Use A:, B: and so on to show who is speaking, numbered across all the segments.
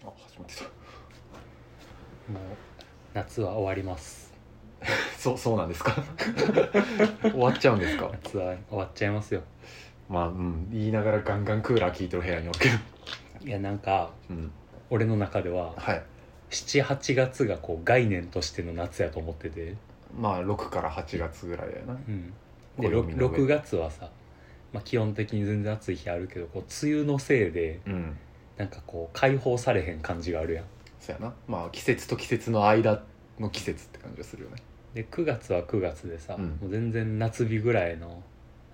A: 始まってた
B: もう夏は終わります
A: そうそうなんですか 終わっちゃうんですか
B: 夏は終わっちゃいますよ
A: まあうん言いながらガンガンクーラー効いてる部屋に置ける
B: いやなんか
A: うん
B: 俺の中では
A: はい
B: 78月がこう概念としての夏やと思ってて、
A: まあ6から8月ぐらいだよな
B: うん、で
A: 暦
B: 6,
A: の上
B: 月はさ、まあ、基本的に全然暑い日あるけどこう梅雨のせいで
A: うん
B: なんかこう解放されへん感じがあるやん
A: そうやなまあ季節と季節の間の季節って感じがするよね
B: で9月は9月でさ、
A: うん
B: もう全然夏日ぐらいの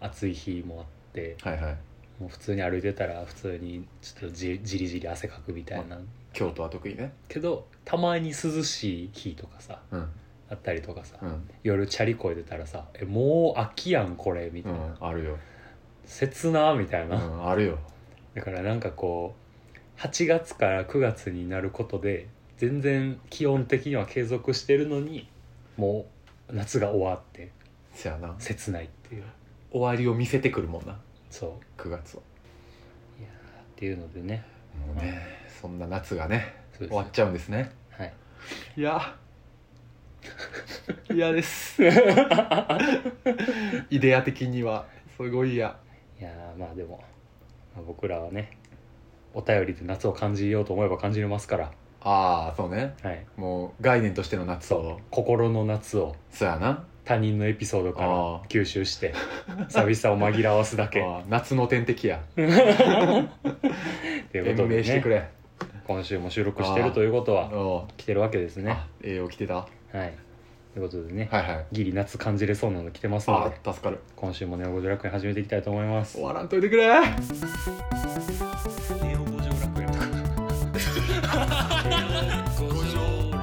B: 暑い日もあって
A: はいはい
B: もう普通に歩いてたら普通にちょっとじじりじり汗かくみたいな、
A: 京都は特にね
B: けどたまに涼しい日とかさ
A: うん
B: あったりとかさ、
A: うん
B: 夜チャリこいでたらさ「えもう秋やんこれ」み
A: う
B: たいな「
A: んあるよ、
B: 切な」みたいうな、
A: ん、あるよ
B: だからなんかこう8月から9月になることで全然気温的には継続してるのにもう夏が終わって
A: そうやな
B: 切ないっていう
A: 終わりを見せてくるもんな
B: そう
A: 9月はい
B: やーっていうのでね
A: もうねそんな夏がね
B: そうです
A: 終わっちゃうんですね
B: はい
A: いや嫌ですイデア的にはすごい嫌
B: いやーまあでも、まあ僕らはねお便りで夏を感じようと思えば感じれますから
A: ああそうね
B: はい
A: もう概念としての夏を
B: 心の夏を
A: そうやな
B: 他人のエピソードから
A: あ
B: 吸収して寂しさを紛らわすだけ
A: あー夏の天敵や
B: ということ
A: 延
B: で、
A: 命してく
B: ね、
A: れ
B: 今週も収録してるということは
A: お
B: 来てるわけですね
A: あ栄養来てたは
B: はいということでね、
A: いはい
B: ギリ夏感じれそうなの来てますの
A: あ
B: で
A: あ助かる
B: 今週もネオゴジョ楽園始めていきたいと思います
A: 終わらんといてくれ
B: ネオゴジョ楽園五条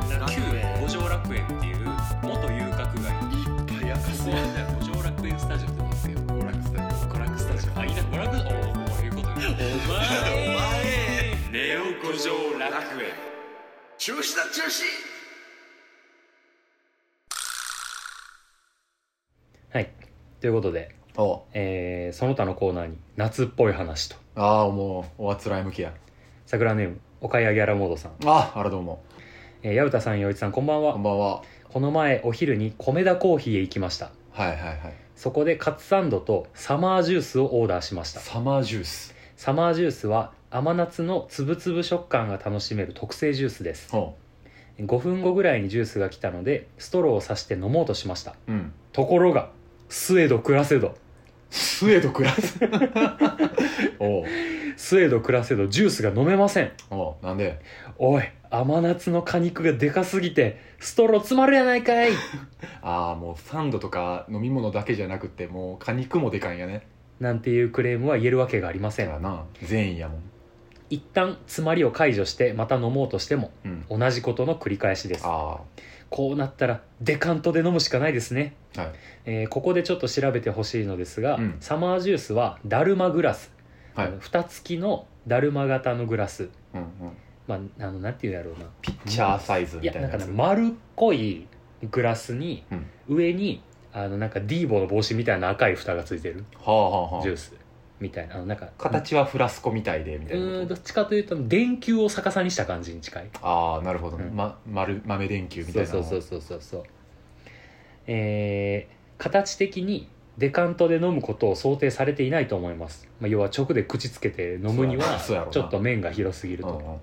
B: 楽園五条楽園っていう元遊郭街
A: いやそうなんだよ
B: 五条楽園スタジオって言うんですよ
A: 娯楽スタジ
B: 娯楽スタジオあいいな娯楽おおこういうことねお前ネオ五条楽園
C: 中止だ中止
B: はいということで、
A: オお
B: えーその他のコーナーに夏っぽい話と
A: ああもうおあつらい向きや
B: 桜ネームお買い上げアラモードさん、
A: ああらどうも
B: えー、矢歌さん陽一さんこんばん
A: こん
B: は
A: ばんは
B: この前お昼に米田コーヒーへ行きました
A: はいはいはい
B: そこでカツサンドとサマージュースをオーダーしました
A: サマージュース
B: サマージュースは甘夏のつぶつぶ食感が楽しめる特製ジュースです
A: ほ
B: 5分後ぐらいにジュースが来たのでストローを刺して飲もうとしました
A: ううん
B: ところがスエドクラセド
A: スエド暮ら すおう
B: スエドクラセドジュースが飲めません
A: おうなんで
B: おい甘夏の果肉がでかすぎてストロー詰まるやないかい
A: ああもうサンドとか飲み物だけじゃなくてもう果肉もでかいんやね
B: なんていうクレームは言えるわけがありませ
A: だ
B: ん
A: な善意やもん
B: 一旦詰まりを解除してまた飲もうとしても
A: うん
B: 同じことの繰り返しです
A: あ
B: こうなったらデカントで飲むしかないですね、
A: はい
B: えーここでちょっと調べてほしいのですが、
A: うん
B: サマージュースはダルマグラス、
A: あはい
B: あの蓋付きのダルマ型のグラス
A: うんうん
B: まあ、あのなんていうんだろうな
A: ピッチャーサイズ
B: い
A: み
B: や
A: たい
B: な
A: なんや
B: かね
A: つ
B: 丸っこいグラスに、上にあのなんかディーボの帽子みたいな赤い蓋がついてる
A: はあはあは
B: ジュー
A: あ
B: スみたいなあのなんか
A: 形はフラスコみたいでみ
B: う
A: たいな
B: ー
A: こ
B: んど
A: と
B: っちかというと電球を逆さにした感じに近い
A: ああなるほどね
B: うん
A: ま丸豆電球みた
B: そ
A: いうな
B: そうそうそうそうそうえー形的にデカントで飲むことを想定されていないと思います、まあ、要は直で口つけて飲むには
A: そうやろうな
B: ちょっと面が広すぎる
A: うん
B: と
A: うん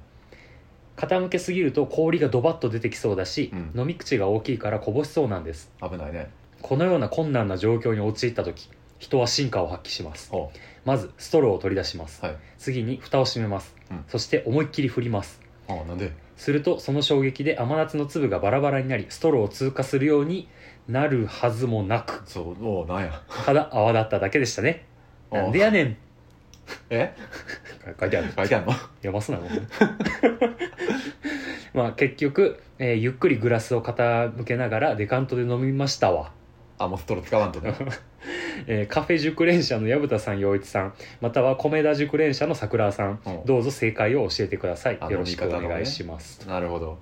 B: 傾けすぎると氷がドバッと出てきそうだし、
A: うん
B: 飲み口が大きいからこぼしそうなんです
A: 危ないね
B: このような困難な状況に陥った時人は進化を発揮します
A: ほ
B: まずストローを取り出します、
A: はい
B: 次に蓋を閉めます、
A: うん
B: そして思いっきり振ります
A: うああなんです
B: るとその衝撃で甘夏の粒がバラバラになりストローを通過するようになるはずもな く
A: そうおうなんや
B: ただ泡立っただけでしたねなんでやねん
A: え
B: 書いてある
A: 書いてあるの
B: やばすなもう まあ結局、えーゆっくりグラスを傾けながらデカントで飲みましたわ、
A: あもうストロー使わんと ね
B: えーカフェ熟練者の薮田さん陽一さんまたは米田熟練者の桜さん
A: うん
B: どうぞ正解を教えてください
A: あ
B: よろしくお
A: 飲み方のね
B: 願いします、
A: なるほど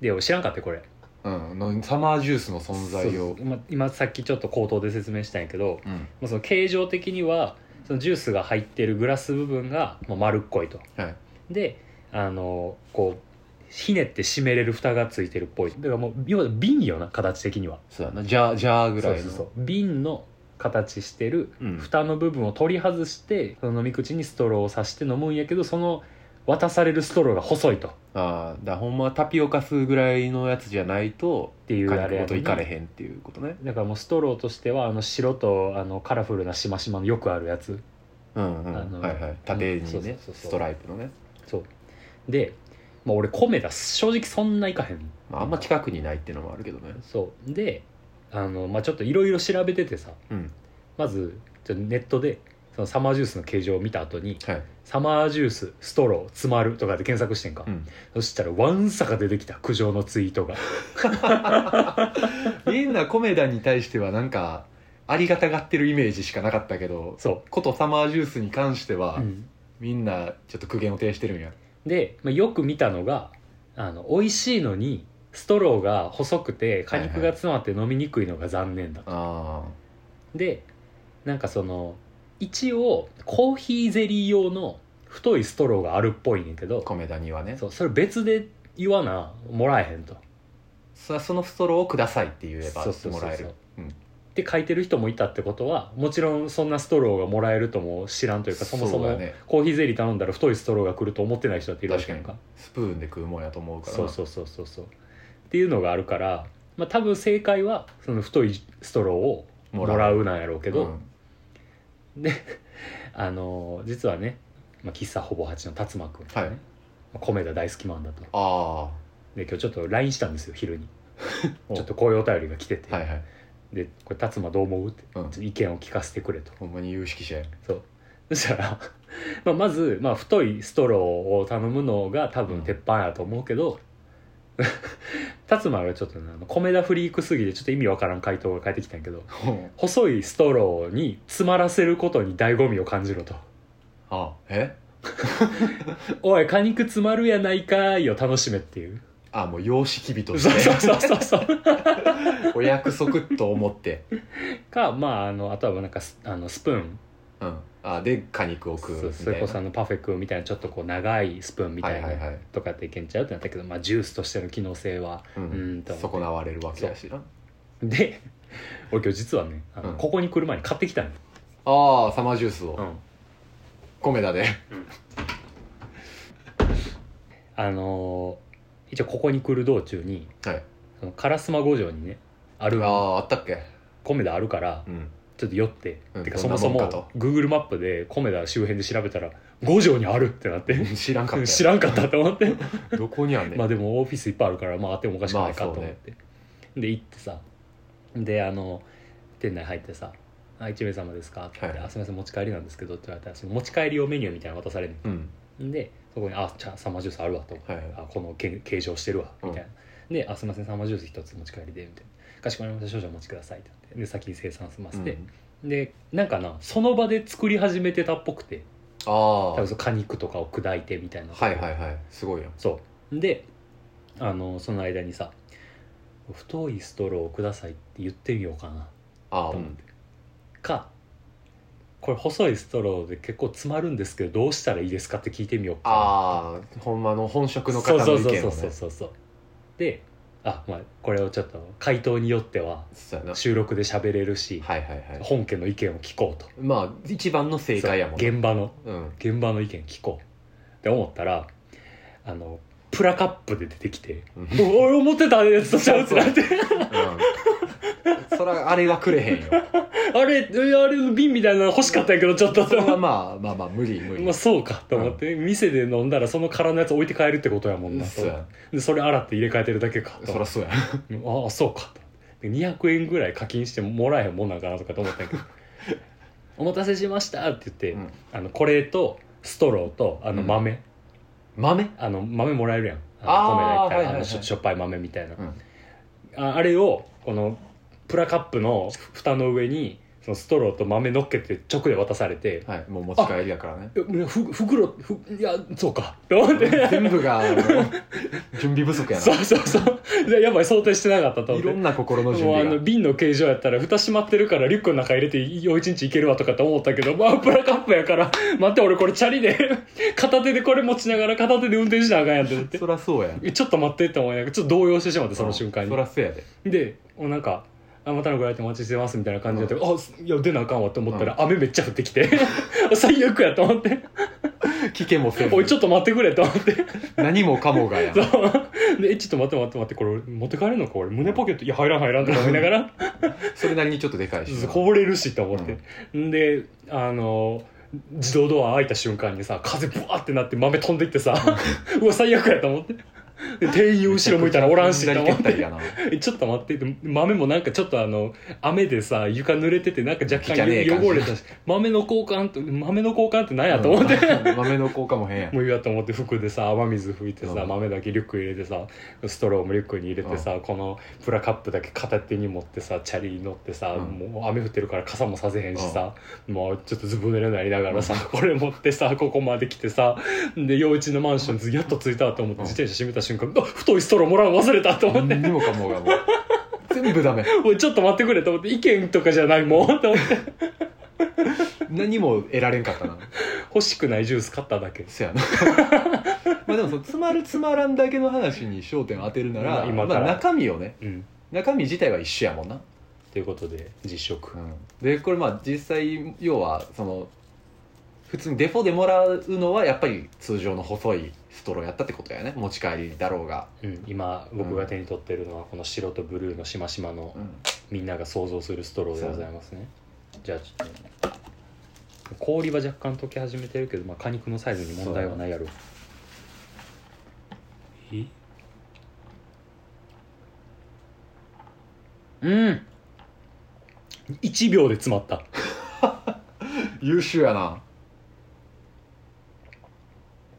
B: で俺知らんかったこれ
A: うんのサマージュースの存在
B: そう
A: を
B: そうま今さっきちょっと口頭で説明したんやけど、
A: うん
B: まあ、その形状的にはそのジュースが入ってるグラス部分がまあ丸っこいと
A: はい
B: であのこうひねって締めれる蓋がついてるっぽいだからもう要は瓶よな形的には
A: そうやなジャージャーぐらいの
B: そうそうそう瓶の形してる
A: うん
B: 蓋の部分を取り外してその飲み口にストローを刺して飲むんやけどその渡されるストローが細いとっ
A: ああだからほんまはタピオカ吸うぐらいのやつじゃないと
B: ていう
A: カ
B: あ
A: ニ
B: れ
A: ク
B: や
A: ご
B: ね
A: と
B: ん
A: い
B: な
A: かれへんっていうことね
B: だからもうストローとしてはあの白とあのカラフルなしましまのよくあるやつ
A: うんう
B: あ
A: ん
B: の
A: はいはい縦
B: うんそう
A: に
B: そう
A: ね
B: そうそう
A: ストライプのね、
B: そうで、まあ、俺米だ正直そんないかへん
A: まあ、あんま近くにないっていうのもあるけどね
B: そうであの、まあ、ちょっといろいろ調べててさ
A: うん
B: まずちょっとネットでそのサマージュースの形状を見た後に
A: はい
B: 「サマージュースストロー詰まる」とかで検索してんか、
A: うん
B: そしたらワンサが出てきた苦情のツイートが
A: みんなコメダに対してはなんかありがたがってるイメージしかなかったけど
B: そ
A: ことサマージュースに関して
B: う、
A: は、
B: うん
A: みんなちょっと苦言を呈してるんや
B: で、まあ、よく見たのがあの美味しいのにストローが細くて果肉が詰まって飲みにくいのが残念だと、
A: あ
B: でなんかその一応コーヒーゼリー用の太いストローがあるっぽいねんけど
A: コメダにはねそ
B: そうそれ別で言わなもらえへんと
A: そそのストローをくださいって言えば
B: そうそうそう
A: も
B: そう
A: らえるうん
B: って書いてる人もいたってことはもちろんそんなストローがもらえるとも知らんというかそもそ
A: そうや
B: も
A: ね
B: コーヒーゼリー頼んだら太いストローが来ると思ってない人だっているわ
A: 確
B: け
A: か
B: や
A: に
B: んか
A: スプーンで食うもんやと思うから
B: そうそうそうそうそうっていうのがあるから、まあ、多分正解はその太いストローを
A: う
B: もら
A: う
B: うなんやろうけ
A: け
B: ど、あのー実はね、まあ、喫茶ほぼ8の辰馬君、
A: はい
B: 米田大好きマンだと
A: あ
B: で今日ちょっと LINE したんですよ昼に
A: お
B: ちょっとこういうお便りが来てて、
A: あはいはい
B: でこれ辰馬どう思うって、
A: うん
B: ちょっと意見を聞かせてくれと
A: ほんまに有識者や
B: そうそしたら、 まあ、まず、まあ、太いストローを頼むのが多
A: う
B: 分
A: ん
B: 鉄板やと思うけど 辰馬、がちょっとねあの米田フリークすぎてちょっと意味わからん回答が返ってきたんやけど細いストローに詰まらせることに醍醐味を感じろと
A: あえ
B: 「おい果肉詰まるやないかい」を楽しめっていう
A: あもう様式美
B: そ
A: と
B: うそう
A: して
B: そうそうそう
A: お約束と思って
B: かまああのあとはなんかスあのスプーン
A: うんあで果肉を食うみたい
B: そ
A: な
B: それこそあのパフェ君みたいなちょっとこう長いスプーンみたい
A: はいはい
B: な
A: はい
B: とかっていけんちゃうってなったけど、まあ、ジュースとしての機能性は
A: う
B: うんんと
A: 損なわれるわけやしな
B: で 俺今日実はねあの、
A: うん
B: ここに来る前に買ってきたのよ、
A: ああサマージュースをコメダで
B: あのー一応ここに来る道中に
A: はい
B: その烏丸五条にねあ
A: あ
B: る
A: ああったっけ
B: コメダあるから
A: うん
B: ちょっと寄って、
A: うん
B: てか
A: ど
B: そ
A: んな
B: もそ
A: もん
B: も
A: かと
B: Google マップでコメダ周辺で調べたら五条にあるってなって
A: 知らんかったよ
B: 知らんかったと思って
A: どこにあんねん
B: まあでもオフィスいっぱいあるからまああってもおかしくないかと思って、で行ってさであの店内入ってさ「あ1名様ですか?」って言って、
A: はい
B: あすみません持ち帰りなんですけど」って言われたらその持ち帰り用メニューみたいなの渡される
A: うん
B: んでそこに「あじゃあサンマジュースあるわ」と思って、
A: はいはい
B: あこのけ形状してるわ」
A: うん
B: みたいな、で「あすみませんサンマジュース一つ持ち帰りで」みたいな「かしこまりました少々お待ちください」って言ってで先に生産済ませて、でなんかなその場で作り始めてたっぽくて
A: あ
B: 多
A: あ
B: 分その果肉とかを砕いてみたいな
A: はいはいはいすごいよ
B: そうであのその間にさ「太いストローをください」って言ってみようかな
A: ああ
B: と
A: う
B: 思っ
A: ん
B: て、かこれ細いストローで結構詰まるんですけどどうしたらいいですかって聞いてみようかな
A: ああほんまの本職の方
B: そう
A: の
B: そう
A: 意
B: そ
A: 見を
B: うそうそう
A: ね
B: そうそうであまあこれをちょっと回答によっては
A: そうやな
B: 収録で喋れるし、
A: はいはいはい
B: 本家の意見を聞こうと
A: まあ一番の正解やもん
B: そう現場の
A: うん
B: 現場の意見聞こうって思ったらあのプラカップで出てきて
A: うん
B: 「お俺思ってたやつとちゃう」ってなって
A: うんそらあれはくれへんよ
B: あれ、えあれの瓶みたいなの欲しかったんやけど、ちょっと
A: そ。れはまあまあまあ無理無理
B: まあそうかと思って、店で飲んだらその空のやつ置いて帰るってことやもんな
A: そうや
B: でそれ洗って入れ替えてるだけかと
A: そらそうや
B: ああそうかとで200円ぐらい課金してもらえへんもんなんかなとかと思ったんや けど「お待たせしました」って言って、
A: うん
B: あのこれとストローとあの
A: うん
B: 豆、
A: 豆
B: あの豆もらえるやん
A: あー
B: の米がいっぱい
A: はいはいはい
B: あのしょしょっぱい豆みたいな、
A: うん
B: ああれをこのプラカップの蓋の上にそのストローと豆乗っけて直で渡されて
A: はい、もう持ち帰りやからね
B: えふ袋ふいやそうかと思って
A: 全部があの準備不足や
B: そう
A: な
B: そうそうでやばい想定してなかったと思っ
A: い
B: て
A: ろんな心の準
B: もうあ
A: 備
B: の
A: が
B: 瓶の形状やったら蓋閉まってるからリュックの中入れてよ一日いけるわとかって思ったけどまあプラカップやから待って俺これチャリで 片手でこれ持ちながら片手で運転しなあかんやんって言って
A: そらそうや
B: えちょっと待ってって思いながらちょっと動揺してしまってその瞬間
A: そ
B: に
A: らそうやで
B: でもうなんかあまたのご来店お待ちしてますみたいな感じで、あいや出なあかんわって思ったら、雨めっちゃ降ってきて 最悪やと思って
A: 聞けもせ
B: おいち
A: ず
B: ょっと待ってくれと思って
A: 何もかもがや
B: そうでえちょっと待って待って待ってこれ持って帰るのか俺胸ポケットいや入らん入らんとか思いながら
A: それなりにちょっとでかいしな
B: こぼれるしと思って、ん、であの自動ドア開いた瞬間にさ風ブワーってなって豆飛んでってさ、 うわ最悪やと思ってで店員後ろ向いたらおらんしと
A: 左
B: 思
A: 蹴
B: っ
A: ったりや
B: て
A: な
B: え ちょっと待ってで豆もなんかちょっとあの雨でさ床濡れててなんか若
A: じゃねえ
B: 干
A: 感じ
B: よ汚れたし豆の交換と豆の交換って何やと思って、
A: うん豆の効果も変や
B: もういいやと思って服でさ雨水拭いてさ、
A: うん
B: 豆だけリュック入れてさストローもリュックに入れてさ、このプラカップだけ片手に持ってさチャリに乗ってさ、
A: うん
B: もう雨降ってるから傘もさせへんしさ、もうちょっとずぶ濡れになりながらさ、これ持ってさここまで来てさで陽一のマンションずやっと着いたと思って
A: うん
B: 自転車閉めた瞬間、あ太いストローもらうの忘れたと思って
A: 何。にもかもがもう全部ダメ
B: おいちょっと待ってくれと思って意見とかじゃないもんと 思って
A: 何も得られんかったな
B: 欲しくないジュース買っただけ
A: そやなまあでもその詰まる詰まらんだけの話に焦点を当てるなら、
B: 今か
A: ま
B: ら
A: あ、中身をね
B: うん
A: 中身自体は一緒やもんな、
B: ということで実食
A: でこれまあ実際要はその普通にデフォでもらうのはやっぱり通常の細いストローやったってことやね持ち帰りだろうが、
B: うん、今僕が手に取ってるのはこの白とブルーのしましまの
A: うん
B: みんなが想像するストローでございますねじゃあちょっと氷は若干溶け始めてるけど、まあ、果肉のサイズに問題はないやろえうん1秒で詰まった
A: 優秀やな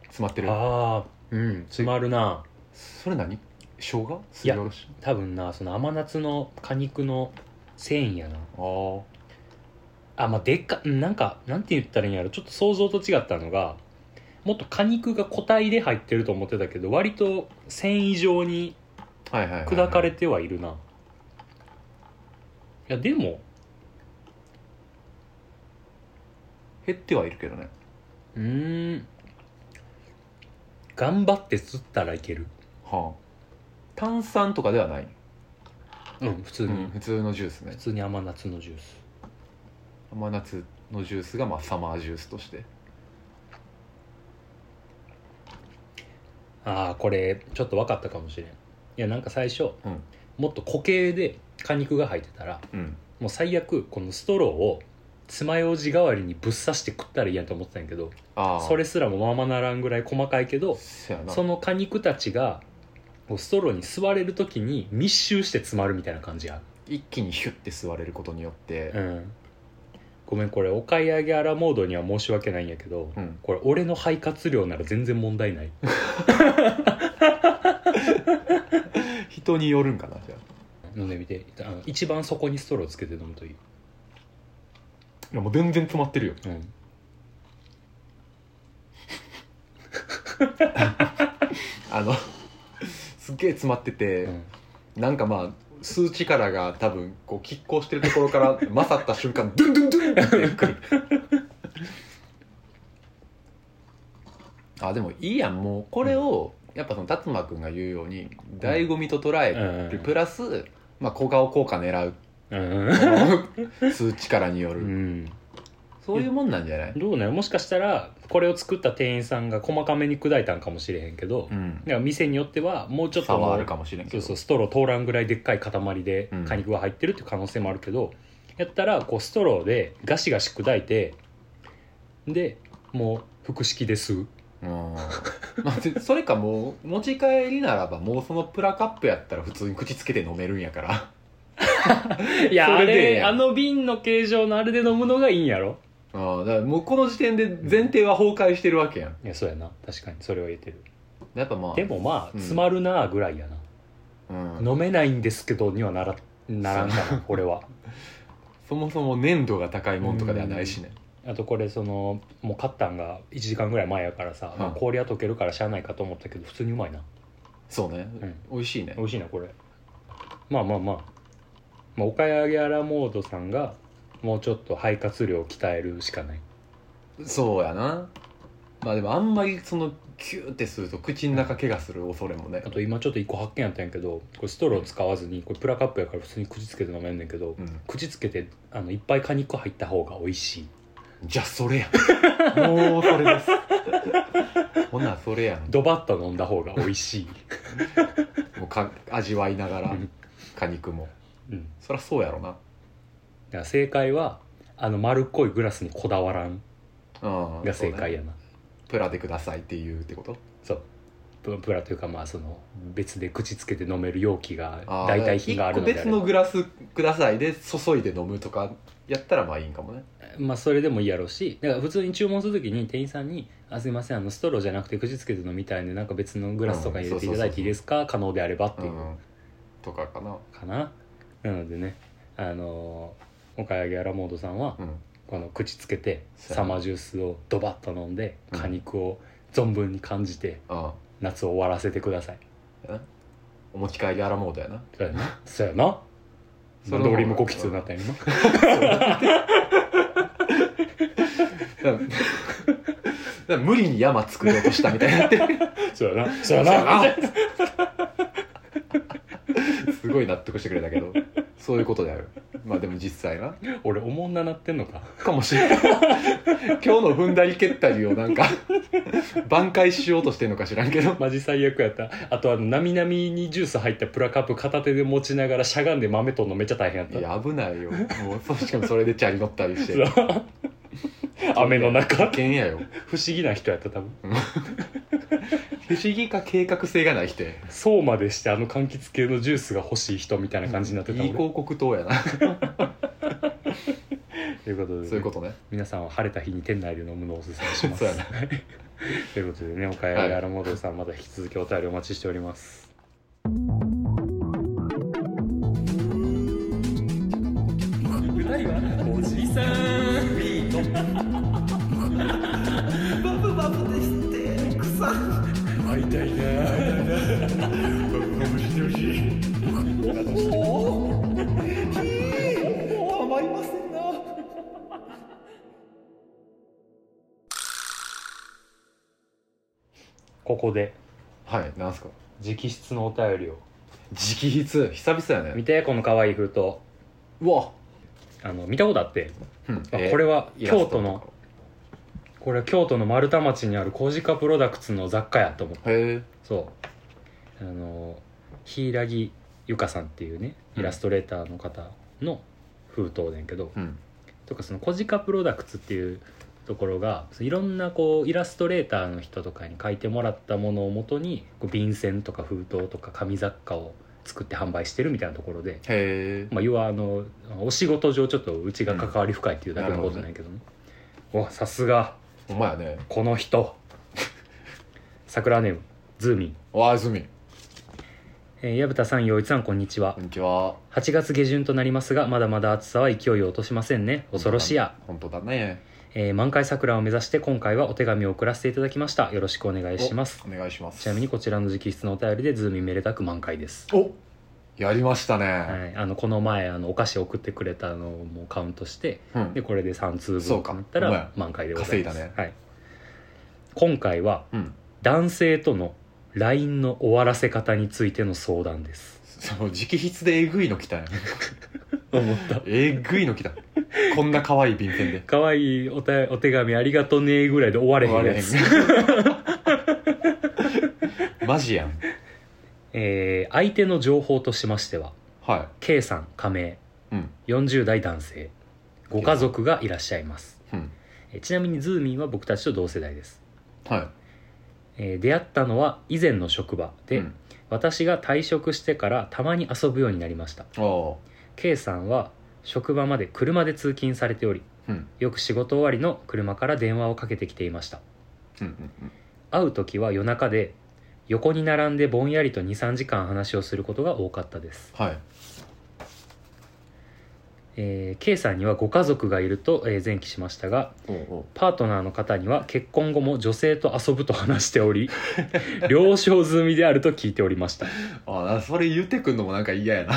A: 詰まってる
B: あうん詰まるな
A: それ何生姜す
B: い
A: り
B: や
A: おろし
B: 多分なその甘夏の果肉の繊維やな
A: ああ
B: あまあでっかうんなんかなんて言ったらいいんやろちょっと想像と違ったのがもっと果肉が固体で入ってると思ってたけど割と繊維状に
A: はいはいはいはい
B: 砕かれてはいるな、いやでも
A: 減ってはいるけどね
B: うーん頑張って吸ったらいける
A: はあ炭酸とかではない、
B: うん普通
A: う
B: に、
A: ん、普通のジュースね
B: 普通に甘夏のジュース
A: 甘夏のジュースがまあサマージュースとして
B: ああこれちょっと分かったかもしれんいやなんか最初、
A: うん
B: もっと固形で果肉が入ってたら
A: うん
B: もう最悪このストローを爪楊枝代わりにぶっ刺して食ったらいいやんと思ってたんやけど
A: ああ
B: それすらもままならんぐらい細かいけど
A: そやな
B: その果肉たちがこうストローに吸われる時に密集して詰まるみたいな感じや
A: 一気にヒュッて吸われることによって
B: う、んごめんこれお買い上げアラモードには申し訳ないんやけど
A: うん
B: これ俺の肺活量なら全然問題ない
A: 人によるんかなじゃあ
B: 飲んでみてあの一番底にストローつけて飲むといい、
A: いやもう全然詰まってるよ
B: うん、
A: あの すっげえ詰まってて、なんかまあ吸う力が多分こう拮抗してるところから 勝った瞬間ドゥンドゥンドゥンってくるあでもいいやんもうこれを、やっぱその達磨君が言うように醍醐味と捉
B: うんう
A: え
B: ん
A: る、プラス、まあ、小顔効果狙う
B: うん
A: 吸う力による、
B: うん
A: そういうもんなんじゃない、
B: どうねもしかしたらこれを作った店員さんが細かめに砕いたんかもしれへんけど、
A: うん、
B: だから店によってはもうちょっ
A: 差
B: と
A: はあるかもしれんけ
B: そう
A: ど
B: そうストロー通らんぐらいでっかい塊で
A: うん
B: 果肉が入ってるっていう可能性もあるけど、やったらこうストローでガシガシ砕いてでもう腹式ですう
A: うんまあ、でそれかもう持ち帰りならばもうそのプラカップやったら普通に口つけて飲めるんやから
B: いや
A: そ
B: あ
A: れでええ
B: れ
A: やん
B: あの瓶の形状のあれで飲むのがいいんやろ
A: ああだからもうこの時点で前提は崩壊してるわけやん
B: いやそうやな確かにそれは言えてる
A: やっぱまあ
B: でもまあ
A: うん
B: 詰まるなあぐらいやな、
A: うん、
B: 飲めないんですけどにはならならんかな俺は
A: そもそも粘度が高いもんとかではないしね
B: あとこれそのもう買ったんが1時間ぐらい前やからさ、
A: ん
B: まあ氷は溶けるからしゃあないかと思ったけど普通にうまいな
A: そうね、
B: うん
A: 美味しいね
B: 美味しいなこれまあまあまあ、まあ、おかやげアラモードさんがもうちょっと肺活量を鍛えるしかない
A: そうやなまあでもあんまりそのキューってすると口の中怪我する恐れもね
B: あと今ちょっと一個発見やったんやけどこれストロー使わずにこれプラカップやから普通に口つけて飲めんねんけど
A: うん
B: 口つけてあのいっぱい果肉入った方が美味しい
A: じゃあそれやもうそれですほなそれやん
B: ドバッと飲んだ方が美味し い、
A: もうか味わいなが
B: う
A: ら
B: ん
A: 果肉も
B: うん、
A: そりゃそうやろな
B: だから正解はあの丸っこいグラスにこだわらん
A: うん
B: が正解
A: そうね
B: やな
A: プラでくださいっていうってこと
B: そうププラというかまあその別で口つけて飲める容器が
A: あー
B: 代替品があるのであ
A: 一個別
B: れば
A: のグラスくださいで注いで飲むとかやったらまあいいんかもね
B: まあそれでもいいやろうしだから普通に注文するときに店員さんに「あすいませんあのストローじゃなくて口つけて飲みたいんでなんか別のグラスとかに入れていただいていいですか可能であれば」って
A: う
B: いうん
A: とかかな
B: かななのでねあのーお買い上げアラモードさんは
A: うん
B: この口つけて
A: そう
B: サマージュースをドバッと飲んで
A: うん
B: 果肉を存分に感じて
A: あ
B: 夏を終わらせてください
A: あやなお持ち帰りアラモードやな
B: そうやなそうやな
A: それ
B: なん
A: の
B: で俺もごきつになったんやろ な
A: だからだから無理に山作ろうとしたみたいになってる
B: そうやなそうやな
A: すごい納得してくれたけどそういうことであるまあでも実際な
B: 俺おもんななってんのか
A: かもしれ ない今日の踏んだり蹴ったりをなんか挽回しようとしてんのか知らんけど
B: マジ最悪やったあとあのなみなみにジュース入ったプラカップ片手で持ちながらしゃがんで豆とんのめっちゃ大変やった
A: いや危ないよもうそうしかもそれでチャリ乗ったりして
B: そう 雨の中
A: 危険やよ
B: 不思議な人やった多分
A: 不思議か計画性がない人や
B: そうまでしてあの柑橘系のジュースが欲しい人みたいな感じになってた
A: いい
B: 俺
A: 広告塔やな
B: ということでね、
A: そういうことね
B: 皆さんは晴れた日に店内で飲むのをおすすめします
A: そうやな
B: ということでねおかやがらもどさんまた引き続きお便りお待ちしておりますおじいさん
C: バブバブですって草
B: 会いたいな
C: たまりませんな
B: ここで
A: はいなんすか
B: 直筆のお便りを
A: 直筆久々や
B: 見
A: ね
B: てこの可愛い封筒
A: うわ、
B: あの見たことあって
A: うん
B: あ
A: えー
B: これは
A: イラス
B: 京
A: ト
B: 都のこれは京都の丸太町にある小鹿プロダクツの雑貨やと思って
A: へ
B: そうあの柊由香さんっていうねイラストレーターの方の封筒でんけど、
A: えうん
B: とかその小鹿プロダクツっていうところがそのいろんなこうイラストレーターの人とかに書いてもらったものをもとにこう便箋とか封筒とか紙雑貨を作って販売してるみたいなところで、
A: へえ
B: まあ、要はあのお仕事上ちょっとうちが関わり深いっていうだけのことなんやけどね。おさすが
A: ほんまやね
B: この人桜ネームズーミン
A: わあずみ
B: えー、矢蓋さん陽一さんこんにちは
A: こんにちは
B: 8月下旬となりますがまだまだ暑さは勢いを落としませんね恐ろしや、
A: 本当だね
B: えー満開桜を目指して今回はお手紙を送らせていただきましたよろしくお願いします
A: お願いします
B: ちなみにこちらの直筆のお便りでズームめでたく満開です、
A: おやりましたね、
B: はい、あのこの前あのお菓子送ってくれたのもカウントして
A: うん
B: でこれで3通
A: そ
B: 分
A: うか
B: となった
A: ほんまや
B: ら満開でございます
A: 稼いだ
B: はい、今回は
A: うん
B: 男性との LINE の終わらせ方についての相談です
A: その直筆でえぐいの来たんや
B: 思った
A: えぐいの来たこんな可愛い便箋で
B: 可愛いおたお手紙ありがとねぐらいで終われへんやつ、
A: マジやん
B: えー相手の情報としましては
A: は
B: K さん加盟、
A: うん
B: 40代男性ご家族がいらっしゃいます、
A: いうん
B: えーちなみにズーミンは僕たちと同世代です、
A: は
B: えー出会ったのは以前の職場
A: い
B: で、
A: うん、
B: 私が退職してからたまに遊ぶようになりました
A: おお
B: K さんは職場まで車で通勤されており、
A: うん
B: よく仕事終わりの車から電話をかけてきていました
A: ーうんうんうん
B: 会う時は夜中で横に並んでぼんやりと23時間話をすることが多かったです、
A: はい
B: えー K さんにはご家族がいると、えー前記しましたが
A: うんうん
B: パートナーの方には結婚後も女性と遊ぶと話してお り了承済みであると聞いておりました
A: ああそれ言ってくんのもなんか嫌やな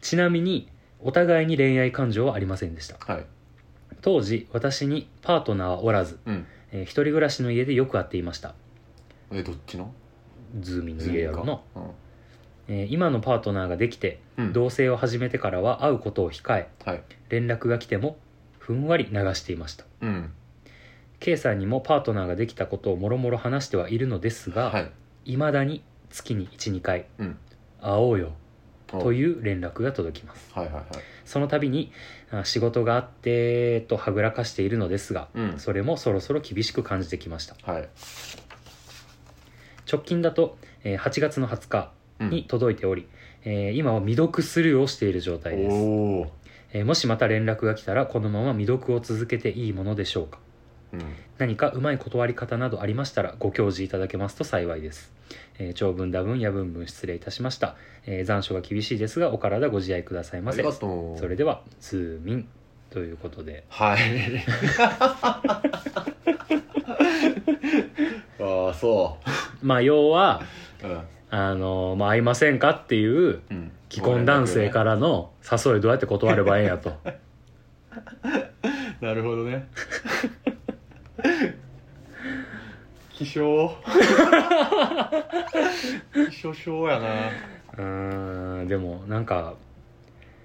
B: ちなみにお互いに恋愛感情はありませんでした
A: はい
B: 当時私にパートナーはおらず、
A: うん
B: えー一人暮らしの家でよく会っていました
A: えどっちの
B: ズーミンの家やろな、
A: うん
B: えー今のパートナーができて
A: うん
B: 同棲を始めてからは会うことを控え
A: はい
B: 連絡が来てもふんわり流していました
A: うん
B: K さんにもパートナーができたことをもろもろ話してはいるのですが、
A: はい
B: いまだに月に12回、
A: うん
B: 会おうよと
A: う
B: いう連絡が届きます
A: はいはいはい
B: その度にあ仕事があってとはぐらかしているのですが
A: うん
B: それもそろそろ厳しく感じてきました
A: はい
B: 直近だとえー8月の20日
A: うん
B: に届いており、えー今は未読スルーをしている状態です、
A: おお
B: えーもしまた連絡が来たらこのまま未読を続けていいものでしょうか
A: うん
B: 何かうまい断り方などありましたらご教示いただけますと幸いです、えー長文多文や文文失礼いたしました、えー残暑が厳しいですがお体ご自愛ください
A: あ
B: ま
A: り
B: せ
A: がとう
B: それではズーミンということで
A: はい ああそ
B: まあ要は
A: ううん
B: あのまあ会いませんかっていう
A: うん
B: 既婚男性かららの誘いどうやって断ればええん やと
A: なるほどね 気象 気象症やな
B: うーんでもなんか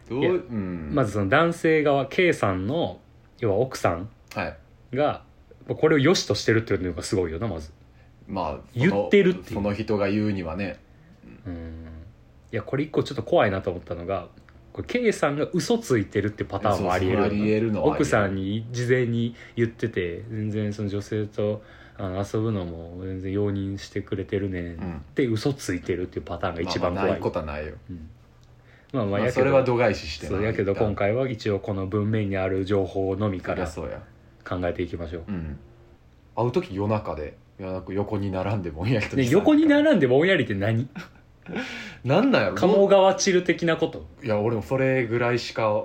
A: どう
B: いや
A: うん
B: まずその男性側 K さんの要は奥さん
A: はい
B: がまあこれを良しとしてるっていうのがすごいよなまず
A: まあ
B: 言ってるっていう
A: そのその人が言うにはね
B: うんいやこれ一個ちょっと怖いなと思ったのがこれ K さんが嘘ついてるってパターンもありえ
A: そうそうありえる
B: る
A: のはありえる
B: 奥さんに事前に言ってて全然その女性とあの遊ぶのも全然容認してくれてるねんっ
A: うん
B: て嘘ついてるっていうパターンが一番
A: まあま
B: 怖
A: あ
B: い
A: ないことはないよ、
B: うんまあま
A: ま
B: あや
A: あ、
B: け
A: それ
B: ど
A: は度外視してな
B: そうやけど
A: 一旦
B: 今回は一応この文面にある情報のみか
A: そりゃ
B: ら
A: そうや
B: 考えていきましょ
A: うん会う時夜中で夜中横に並んでぼんやり
B: う
A: と
B: で横に
A: ん
B: 並んでぼんやりって何
A: なんなんやろ
B: 鴨川チル的なこと
A: いや俺もそれぐらいしか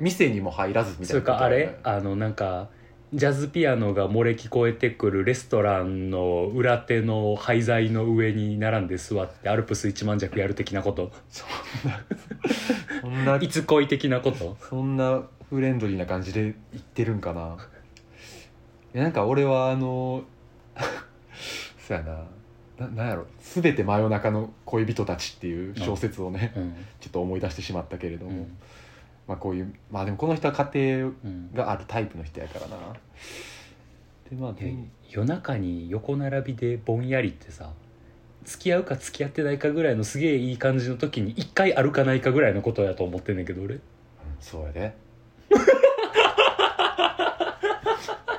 A: 店にも入らずみた
B: そ
A: い
B: れ
A: なこと
B: かあ
A: だよね
B: れあのなんかジャズピアノが漏れ聞こえてくるレストランの裏手の廃材の上に並んで座ってアルプス一万弱やる的なこと
A: そんなそん
B: い
A: な
B: つ恋的なこと
A: そんなフレンドリーな感じで言ってるんかないやなんか俺はあのそうやなななんやろ「すべて真夜中の恋人たち」っていう小説をね、
B: うん
A: ちょっと思い出してしまったけれど
B: う
A: も、
B: ん
A: まあこういうまあでもこの人は家庭
B: うん
A: があるタイプの人やからなでまあ
B: いや
A: でも
B: 夜中に横並びでぼんやりってさ付き合うか付き合ってないかぐらいのすげえいい感じの時に一回あるかないかぐらいのことやと思ってんねんけど俺
A: そうやで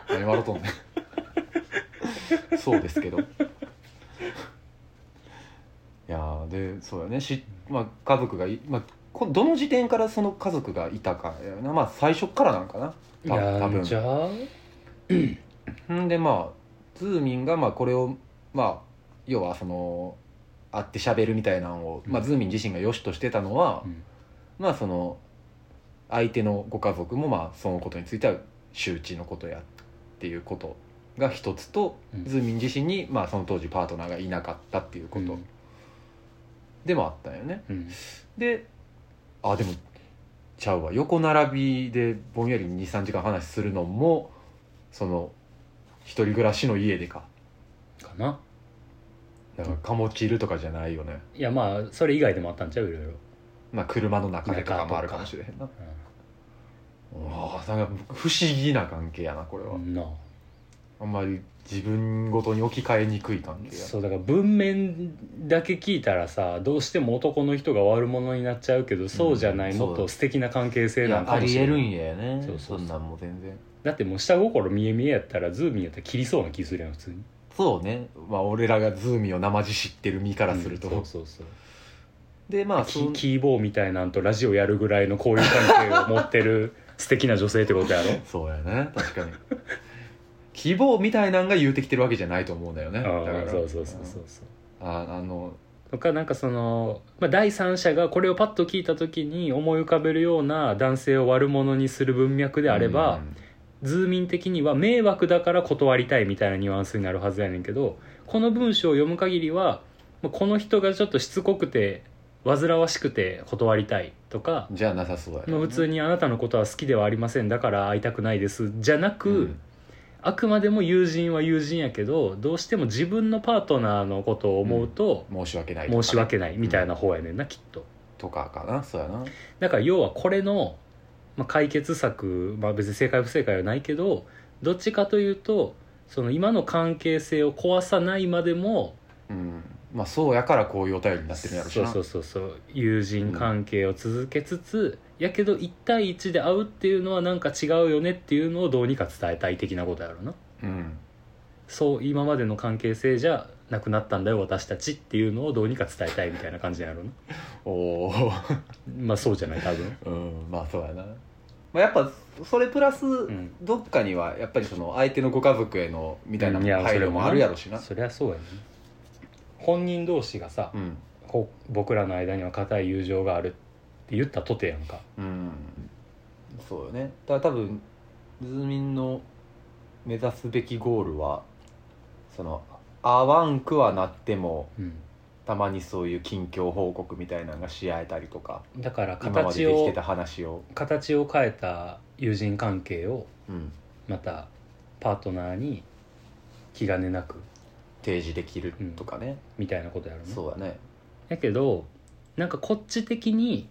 A: 何笑うとんねんそうですけどいやーでそうやねし、まあ、家族がい、まあ、こどの時点からその家族がいたかやなまあ最初っからなんかないた
B: や
A: 多
B: ー
A: 分
B: じゃあ
A: んでまあズーミンがまあこれをまあ要はその会って喋るみたいなのを、まあ、
B: うん
A: ズーミン自身が良しとしてたのは、
B: うん
A: まあその相手のご家族もまあそのことについては周知のことやっていうことが一つと、
B: うん
A: ズーミン自身にまあその当時パートナーがいなかったっていうことでもあったんよね。
B: うん
A: であでもちゃうわ横並びでぼんやり23時間話するのもその一人暮らしの家でか
B: かな
A: だからカモチルとかじゃないよね、
B: いやまあそれ以外でもあったんちゃういろいろ
A: まあ、車の中でとかもあるかもしれへんな
B: うん
A: ああなんか不思議な関係やなこれは。
B: なあ
A: あんまり自分ごとに置き換えにくい関係や
B: そうだから文面だけ聞いたらさどうしても男の人が悪者になっちゃうけどそうじゃない、
A: うん
B: もっ
A: そう
B: と素敵な関係性
A: い
B: な
A: や
B: んか
A: あ
B: も
A: り
B: し
A: え
B: れな
A: る
B: い
A: んやよね
B: そうそうそう
A: そんなんも全然
B: だってもう下心見え見えやったらズーミンやったら切りそうな気するやん普通に
A: そうねまあ俺らがズーミを生地知ってる身からすると、
B: うんそうそうそう
A: でまあそ
B: キ
A: う
B: キーボーみたいなんとラジオやるぐらいの交友関係を持ってる素敵な女性っ てことやろ
A: そうやね確かに 希望みたいなんが言うてきてるわけじゃないと思うんだよねだか
B: あ
A: ら
B: あそうそうそうそうそう
A: ああの
B: とかなんかその、まあ、第三者がこれをパッと聞いた時に思い浮かべるような男性を悪者にする文脈であれば、ズーミン的には迷惑だから断りたいみたいなニュアンスになるはずやねんけどこの文章を読む限りはまあこの人がちょっとしつこくて煩わしくて断りたいとか
A: うん、じゃあなさそうや
B: まあ普通にあなたのことは好きではありませんだから会いたくないですじゃなく、
A: うん
B: あくまでも友人は友人やけどどうしても自分のパートナーのことを思うと
A: 申し訳ないとか
B: 申し訳ないみたいな方やねんな、きっと
A: とかかなそうやな
B: だから要はこれの、まあ、解決策、まあ、別に正解不正解はないけどどっちかというとその今の関係性を壊さないまでも
A: うんまあそうやからこういうお便りになってるんやろ
B: そう
A: な
B: そうそうそう友人関係を続けつつ、やけど1対1で会うっていうのはなんか違うよねっていうのをどうにか伝えたい的なことやろな
A: うん
B: そう今までの関係性じゃなくなったんだよ私たちっていうのをどうにか伝えたいみたいな感じなんやろな
A: おお
B: まあそうじゃない多 分
A: うんまあそうやな、まあ、やっぱそれプラス、
B: ん
A: どっかにはやっぱりその相手のご家族へのみ
B: み
A: たいな配慮もあるやろしな
B: そりゃそうやね本人同士がさ、
A: うん
B: こう僕らの間には固い友情があるって言ったとてやんか
A: うんそうよねだから多分ズーミンの目指すべきゴールはその合わんくはなっても
B: うん
A: たまにそういう近況報告みたいなのがし合えたりとか
B: だから
A: 今まで
B: 形
A: できて
B: を
A: た話を、
B: 形を変えた友人関係を
A: うん、
B: またパートナーに気兼ねなく
A: 提示できるとかね、
B: みたいなことやろね
A: そうだね
B: やけどなんかこっち的に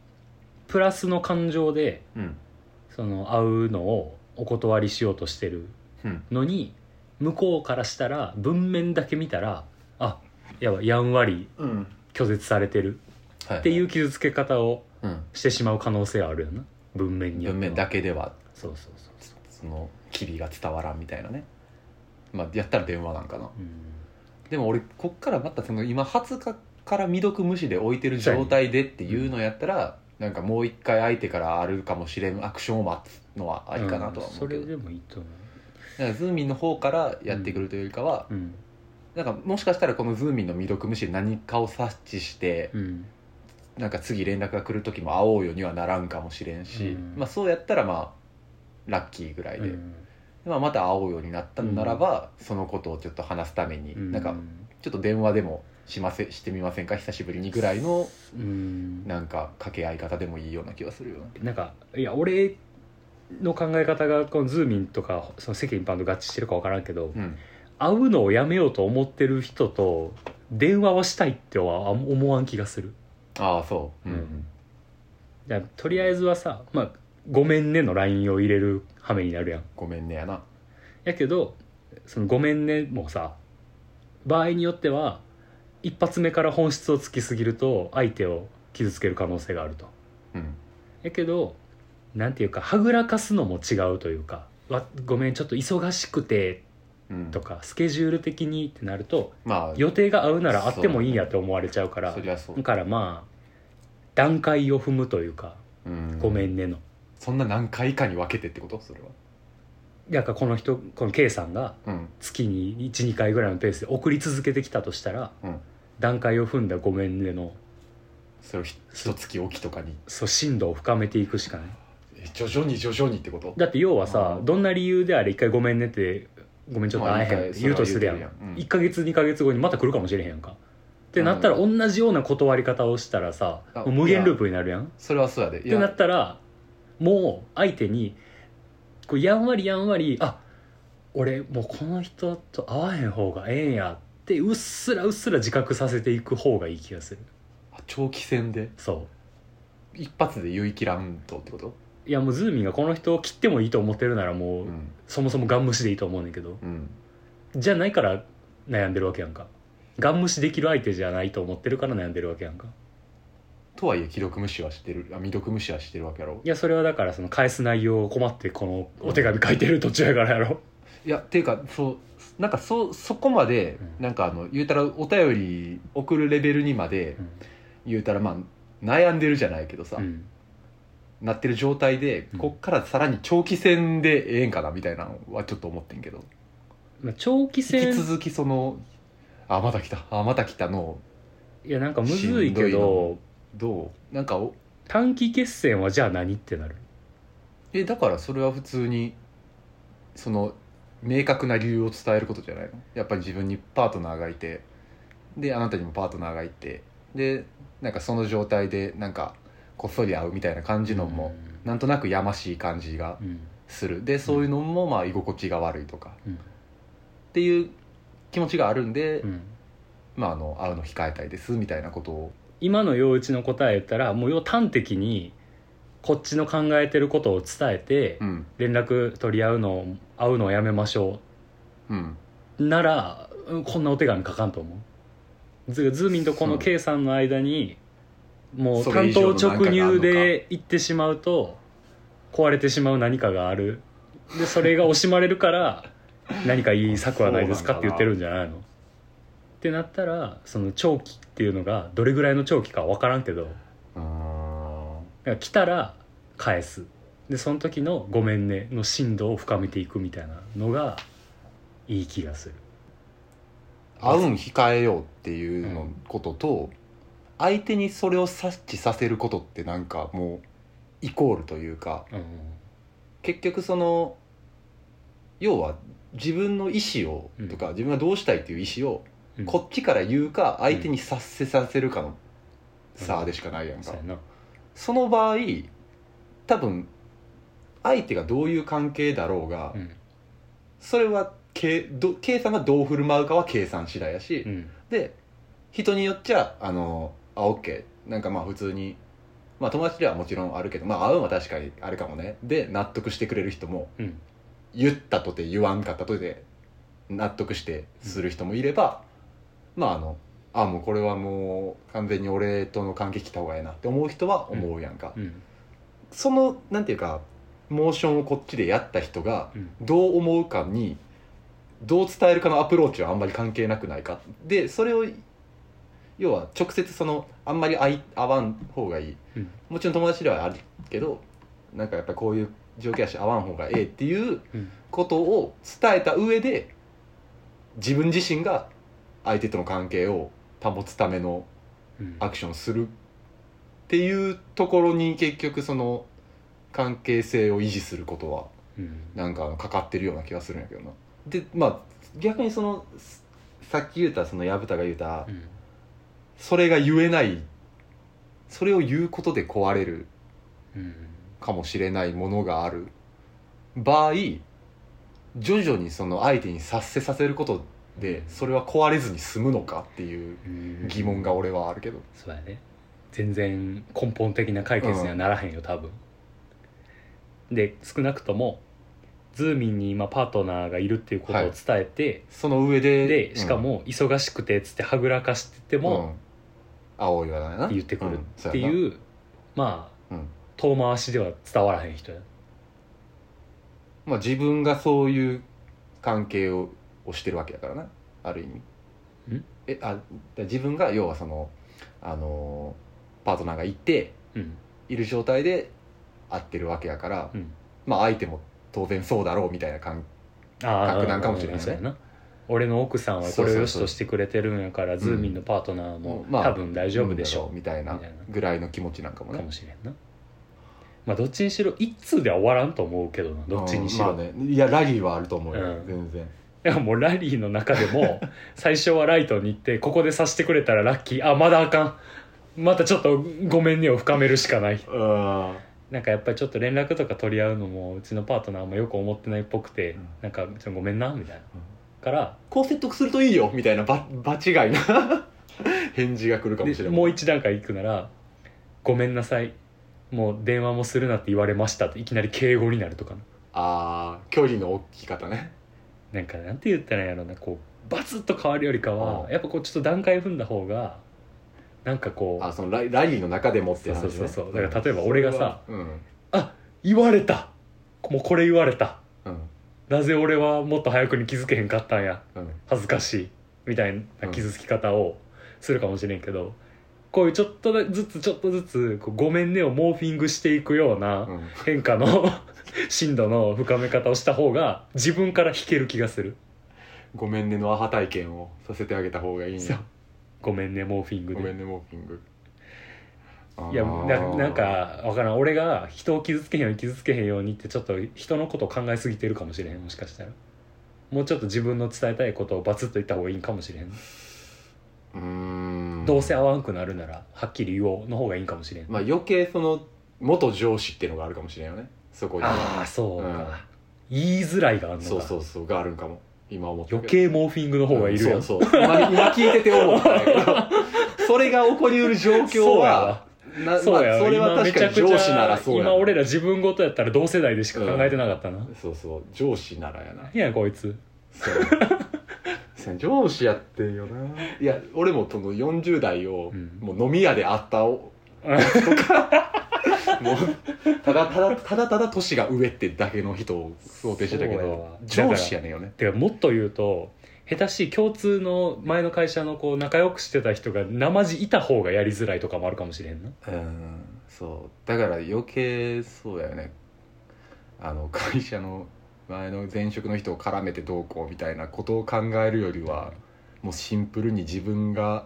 B: プラスの感情で
A: うん
B: その会うのをお断りしようとしてる
A: うん
B: のに向こうからしたら文面だけ見たらあやばいやんわり
A: うん
B: 拒絶されてる
A: は
B: っていう傷つけ方を
A: うん、
B: してしまう可能性はあるよな文面によっ
A: 文
B: ては
A: 面だけでは
B: そうそうそうそ
A: その機微が伝わらんみたいなねまあやったら電話なんかな
B: う、
A: でも俺こっからまたその今20日から未読無視で置いてる状態でっていうのやったら、なんかもう一回相手からあるかもしれんアクションを待つのはありかなとは思うけど、
B: んそれでもいいと思
A: なんかズーミンの方からやってくるというよりかは、
B: ううん
A: なんかもしかしたらこのズーミンの未読無視で何かを察知して、
B: うん
A: なんか次連絡が来る時も会おうよにはならんかもしれんし、
B: うん
A: まあ、そうやったらまあラッキーぐらいで、
B: うん
A: まあ、また会おうようになったんならば、そのことをちょっと話すために、なんかちょっと電話でもしませしてみませんか久しぶりにぐらいの
B: うん
A: なんか掛け合い方でもいいような気がするよな
B: なんかいや俺の考え方がこのズーミンとかその世間一般と合致してるか分からんけど、
A: うん
B: 会うのをやめようと思ってる人と電話をしたいってはあ思わん気がする
A: ああそうう
B: うんいやとりあえずはさ「まあ、ごめんね」の LINE を入れる羽目になるやん
A: ごめんねやな
B: やけどその「ごめんね」もさ場合によっては一発目から本質をつきすぎると相手を傷つける可能性があると
A: うん
B: やけどなんていうかはぐらかすのも違うというか「わごめんちょっと忙しくて」
A: うん
B: とか「スケジュール的に」ってなると
A: まあ
B: 予定が合うなら会ってもいいやって思われちゃうから
A: そりゃそう
B: だからまあ段階を踏むというか
A: うん
B: 「ごめ
A: ん
B: んねの」
A: そんな何回かに分けてってことそれは
B: だからこの人この K さんが
A: うん
B: 月に12回ぐらいのペースで送り続けてきたとしたら、
A: うん
B: 段階を踏んだ「ごめんねの」
A: それをひ一月おきとかに
B: そう深度を深めていくしかない
A: え徐々に徐々にってこと
B: だって要はさ、
A: うん
B: どんな理由であれ一回「ごめんね」って「ごめんちょっと会えへん」って言うとするやん、1
A: ん
B: ヶ月2ヶ月後にまた来るかもしれへんやんかってなったら
A: う
B: 同じような断り方をしたらさ、
A: あ
B: もう無限ループになるやんっ
A: それはそうやでい
B: てな
A: や
B: ったらもう相手にこうやんわりやんわりあ俺もうこの人と会わへん方がええんやってうっすらうっすら自覚させていく方がいい気がする
A: 長期戦で
B: そ
A: 一発で言い切らんとってこと
B: ういやもうズーミンがこの人を切ってもいいと思ってるならもう、
A: うん
B: そもそもガン無視でいいと思うねんだけど
A: うん
B: じゃないから悩んでるわけやんかガン無視できる相手じゃないと思ってるから悩んでるわけやんか
A: とはいえ既読無視はしてるあ未読無視はしてるわけやろ
B: いやそれはだからその返す内容を困ってこのお手紙書いてる途中やからやろ、
A: いやっていうかそうなんかそそこまで、
B: うん
A: なんかあの言うたらお便り送るレベルにまで、言うたらまあ悩んでるじゃないけどさ、
B: うん
A: なってる状態で、
B: うん
A: こっからさらに長期戦でええんかなみたいなのはちょっと思ってんけど
B: まあ、長期
A: 引き
B: 戦
A: 続きそのあまた来たあまた来たのを
B: いやなんかむずいけ
A: しんど
B: ど
A: どうなんかお
B: 短期決戦はじゃあ何ってなる
A: えだからそれは普通にその明確な理由を伝えることじゃないのやっぱり自分にパートナーがいてであなたにもパートナーがいてでなんかその状態でなんかこっそり会うみたいな感じのも、なんとなくやましい感じが
B: うん
A: するでそういうのもまあ居心地が悪いとか
B: うん
A: っていう気持ちがあるんで、
B: うん、
A: まあ、あの会うの控えたいですみたいなことを
B: 今の陽一の答え言ったらもう要は端的にこっちの考えてることを伝えて
A: うん
B: 連絡取り合うのを会うのをやめましょ
A: うん
B: うならうんこんなお手紙書かんと思うずズーミンとこの K さんの間にもう
A: それ
B: 単
A: 以上
B: 刀
A: の
B: 直入
A: 何かがある
B: で行ってしまうと壊れてしまう何かがあるでそれが惜しまれるから何かいい策はないですかって言ってるんじゃないのってなったらその長期っていうのがどれぐらいの長期かは分からんけど
A: うーん
B: だから来たら返すでその時の「ごめんね」の深度を深めていくみたいなのがいい気がする
A: 会うん控えようっていうのことと、相手にそれを察知させることってなんかもうイコールというか
B: うん
A: 結局その要は自分の意思をとか、自分がどうしたいっていう意思を
B: うん
A: こっちから言うか相手に察せさせるかの差でしかないやんか、
B: そうやな
A: その場合多分相手がどういう関係だろうが、
B: うん
A: それは計ど計算がどう振る舞うかは計算次第やし、
B: うん
A: で人によっちゃあのあ OK なんかまあ普通にまあ友達ではもちろんあるけどまあ会うのは確かにあるかもねで納得してくれる人も
B: うん
A: 言ったとて言わんかったとて納得してする人もいれば、まああのあもうこれはもう完全に俺との関係切った方がええなって思う人は思うやんか、
B: うん
A: そのなんていうかモーションをこっちでやった人が
B: うん
A: どう思うかにどう伝えるかのアプローチはあんまり関係なくないかでそれを要は直接そのあんまり会い会わん方がいい
B: うん
A: もちろん友達ではあるけどなんかやっぱりこういう状況やし会わん方がええっていう
B: うん
A: ことを伝えた上で自分自身が相手との関係を保つための
B: うん
A: アクションをするっていうところに結局その関係性を維持することは
B: うん
A: なんかあのかかってるような気がするんやけどなでまあ逆にそのすさっき言ったその薮田が言った、
B: うん
A: それが言えないそれを言うことで壊れる
B: うん
A: かもしれないものがある場合徐々にその相手に察せさせることでそれは壊れずに済むのかっていう
B: うん
A: 疑問が俺はあるけど
B: そうやね全然根本的な解決にはならへんよ、多分で少なくともズーミンに今パートナーがいるっていうことを伝えて、
A: その上でう
B: で
A: ん
B: しかも忙しくてっつってはぐらかしてて
A: う
B: も、
A: ん青いわな
B: 言ってくる
A: ん
B: っていう,、まあ
A: そうやなうん
B: 遠回しでは伝わらへん人や
A: まあ、自分がそういう関係ををしてるわけだからなある意味
B: ん
A: えあだ自分が要はその、あのーパートナーがいて
B: うん
A: いる状態で会ってるわけやから、
B: うん
A: まあ相手も当然そうだろうみたいな感
B: あ
A: 格なんかもしれないね
B: そうやな俺の奥さんはこれを良しとしてくれてるんやから
A: そうそうそう
B: ズーミンのパートナーも、
A: うんまあ
B: 多分大丈夫でしょ
A: みたいな
B: みたいな
A: ぐらいの気持ちなんか
B: う
A: も
B: か
A: ね
B: もしれんなまあどっちにしろ一通では終わらんと思うけどなどっちにしろ、
A: うんまあねいやラリーはあると思うよ、
B: うん
A: 全然
B: だからもうラリーの中で も最初はライトに行ってここでさしてくれたらラッキーあまだあかんまたちょっとごめんねを深めるしかない
A: うん
B: なんかやっぱりちょっと連絡とか取り合うのもうちのパートナーもよく思ってないっぽくて、
A: うん
B: なんかちょっとごめんなみたいな、
A: うん
B: から
A: こう説得するといいよみたいなば場違いな 返事が来るかもしれ
B: で
A: ない
B: もう一段階行くなら「ごめんなさいもう電話もするなって言われました」っていきなり敬語になるとか
A: あ
B: な
A: あ距離の大きい方ね
B: なんかなんて言ったらいいんやろうなこうバツッと変わるよりかは、
A: うん
B: やっぱこうちょっと段階踏んだ方がなんかこう
A: あそのラリラリーの中でもって話、ね、
B: そうそうそうだから例えば俺がさ
A: うん、うん
B: 言われたもうこれ言われた
A: うん
B: なぜ俺はもっと早くに気づけへんかったんや
A: うん
B: 恥ずかしいみたいな傷つき方をするかもしれんけど、こういうちょっとずつちょっとずつこうごめんねをモーフィングしていくような
A: うん
B: 変化の 深度の深め方をした方が自分から引ける気がする
A: ごめんねのアハ体験をさせてあげた方がいいんや
B: そうごめんねモーフィング
A: ごめ
B: で
A: んねモーフィング
B: いや
A: あー
B: ななんかわからん俺が人を傷つけへんように傷つけへんようにってちょっと人のことを考えすぎてるかもしれへんもしかしたらもうちょっと自分の伝えたいことをバツッと言った方がいいんかもしれん、
A: うーん
B: どうせ合わんくなるならはっきり言おうの方がいいんかもしれん、
A: まあ余計その元上司っていうのがあるかもしれないよねそこに
B: ああそうか、言いづらいがあるのか
A: そうそうそうがあるんかも今思った
B: 余計モーフィングの方がいるやん、
A: うんそうそう 今今聞いてて思ったんやけどそれが起こりうる状況
B: そうや
A: は
B: わ
A: な
B: そうやわ、
A: まあ、それは
B: 今
A: 確
B: めち
A: か
B: ゃ
A: に
B: くちゃ
A: 上司ならそうやな
B: 今俺ら自分ごとやったら同世代でしか考えてなかったな、
A: そうそう上司ならやな
B: 何やこいつ
A: そう上司やってんよないや俺もその40代を、
B: うん
A: もう飲み屋で会った おとかもうただただただただ年が上ってだけの人を想定してたけ
B: そうやわ
A: ど上司やねんよね
B: てかもっと言うと下手しい共通の前の会社のこう仲良くしてた人がなまじいた方がやりづらいとかもあるかもしれんな
A: うんそうだから余計そうやよねあの会社の前の前職の人を絡めてどうこうみたいなことを考えるよりはもうシンプルに自分が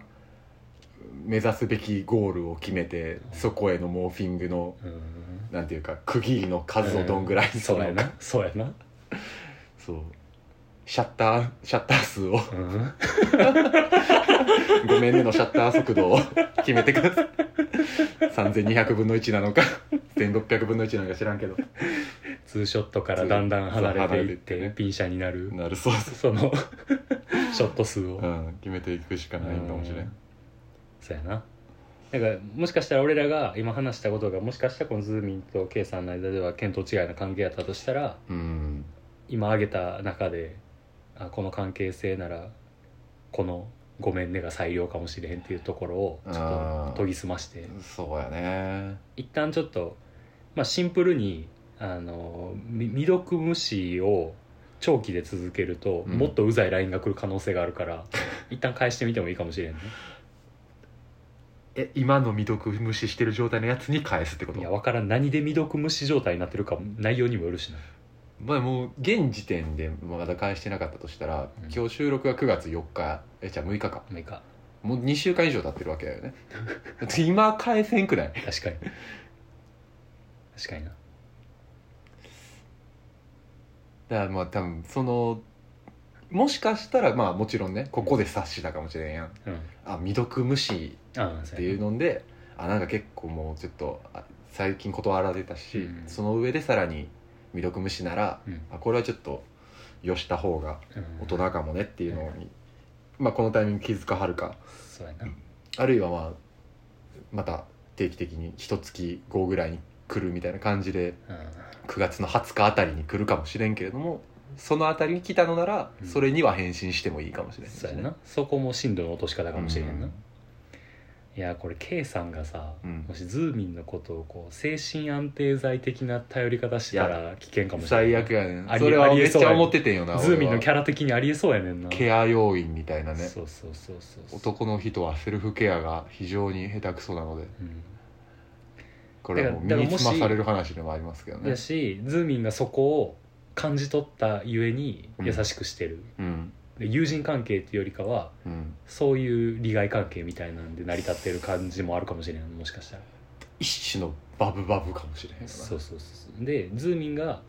A: 目指すべきゴールを決めてそこへのモーフィングの
B: うん
A: なんていうか区切りの数をどんぐらいにす
B: そ
A: る
B: うや
A: のか
B: なそうやな
A: そうシャッターシャッター数を
B: うん
A: ごめんねのシャッター速度を決めてください3200分の1なのか1600分の1なのか知らんけど
B: ツーショットからだんだん離れていっ
A: そう離れていって
B: て
A: ね
B: ピンシャになる
A: なるそうそ
B: その ショット数
A: う、
B: を
A: うん、決めていくしかないかもしれ
B: うん
A: ん
B: そうやなだからもしかしたら俺らが今話したことがもしかしたらこのズーミンと K さんの間では見当違いな関係やったとしたら
A: うん
B: 今挙げた中であこの関係性ならこの「ごめんね」が最良かもしれへんっていうところをちょっ
A: あ
B: と
A: ー
B: 研ぎ澄まして
A: そうやね
B: 一旦ちょっと、まあ、シンプルにあのみ未読無視を長期で続けると、
A: うん
B: もっとうざい LINE が来る可能性があるから 一旦返してみてもいいかもしれんね
A: え今の未読無視してる状態のやつに返すってこ
B: いやわからん何で未読無視状態になってるか内容にもよるしな
A: まあもう現時点でまだ返してなかったとしたら、
B: うん
A: 今日収録が9月4日えじゃあ6日か
B: まあいいか
A: もう2週間以上経ってるわけだよね だって今返せんくない
B: 確かに確かにな
A: だからまあ多分そのもしかしたらまあもちろんねここで察したかもしれんやん
B: うん
A: あ未読無視
B: ああ
A: っ
B: そう
A: て
B: や
A: い
B: な
A: うのであなんか結構もうちょっとあ最近断られたし、
B: うん
A: その上でさらに未読無視なら
B: うん
A: あこれはちょっとよした方が
B: うん
A: 大人かもねっていうのに、まあ、このタイミング気づかはるか
B: そうやな
A: あるいはまあまた定期的に一月後ぐらいに来るみたいな感じで9月の20日あたりに来るかもしれんけれどもそのあたりに来たのなら、
B: うん
A: それには返信してもいいかもしれんし
B: そうやなそこも進路の落とし方かもしれへんな、
A: うん
B: いやこれ K さんがさ、
A: うん
B: もしズーミンのことをこう精神安定剤的な頼り方してたら危険かもしれない
A: 最悪やねん
B: あり
A: それは
B: あり
A: め
B: え
A: っ
B: そ
A: ち
B: うや
A: ゃ
B: ね
A: 思っててんよな
B: ズーミンのキ
A: ャ
B: ャラ的にありえそうやねんな
A: ケア要員みたいなね
B: そうそうそうそうそう
A: 男の人はセルフケアが非常に下手くそなのでこれはもう
B: だ
A: 身
B: から
A: につまされる話でもありますけど
B: うん、
A: ね
B: やしズーミンがそこを感じ取ったゆえに優しくしてる、
A: うん
B: で友人関係っていうよりかは
A: うん
B: そういう利害関係みたいなんで成り立ってる感じもあるかもしれないもしかしたら
A: 一種のバブバブかもしれへんよな
B: そうそうそうそうでズーミンが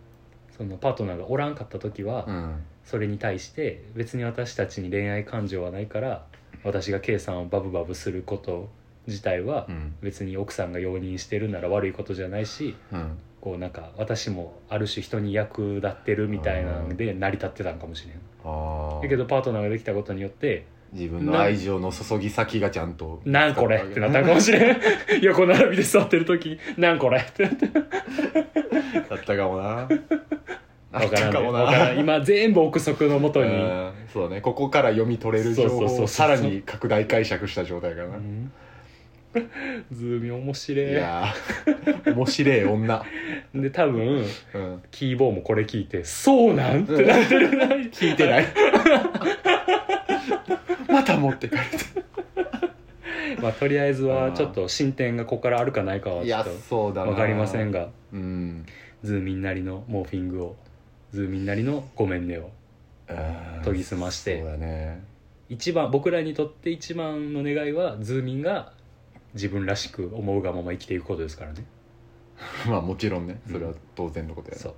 B: そのパートナーがおらんかった時は、
A: うん
B: それに対して別に私たちに恋愛感情はないから私が K さんをバブバブすること自体は
A: うん
B: 別に奥さんが容認してるなら悪いことじゃないし
A: うん
B: こうなんか私もある種人に役立ってるみたいなんで成り立ってたんかもしれん
A: ああ
B: だけどパートナーができたことによって
A: 自分の愛情の注ぎ先がちゃんと
B: 「なんこれ!」ってなったんかも しれん横並びで座ってる時に「なんこれ!」ってなって
A: だったかも なあ
B: わ
A: っ
B: から
A: た
B: ん
A: か
B: で
A: も
B: わからん
A: な
B: 今全部憶測のもとに、
A: うんそうねここから読み取れる情
B: そうそう
A: 報
B: そう
A: をさらに拡大解釈した状態かな、
B: ズーミン面白
A: い
B: い
A: やー面白え女、
B: で多分
A: うん、
B: キーボーもこれ聞いて「そうなん?」ってなってるな
A: 聞いてないまた持ってかれ
B: まあとりあえず
A: あ
B: は
A: ー
B: ちょっと進展がここからあるかないかは
A: たい
B: ちょっ
A: や
B: と
A: そうだな
B: 分かりませんが
A: うん
B: ズーミンなりのモーフィングをズーミンなりの「ごめんね」を
A: うん
B: 研ぎ澄まして
A: そうだね
B: 一番僕らにとって一番の願いはズーミンが自分らしく思うがまま生きていくことですからね
A: まあもちろんねそれは当然のことや、ね
B: そう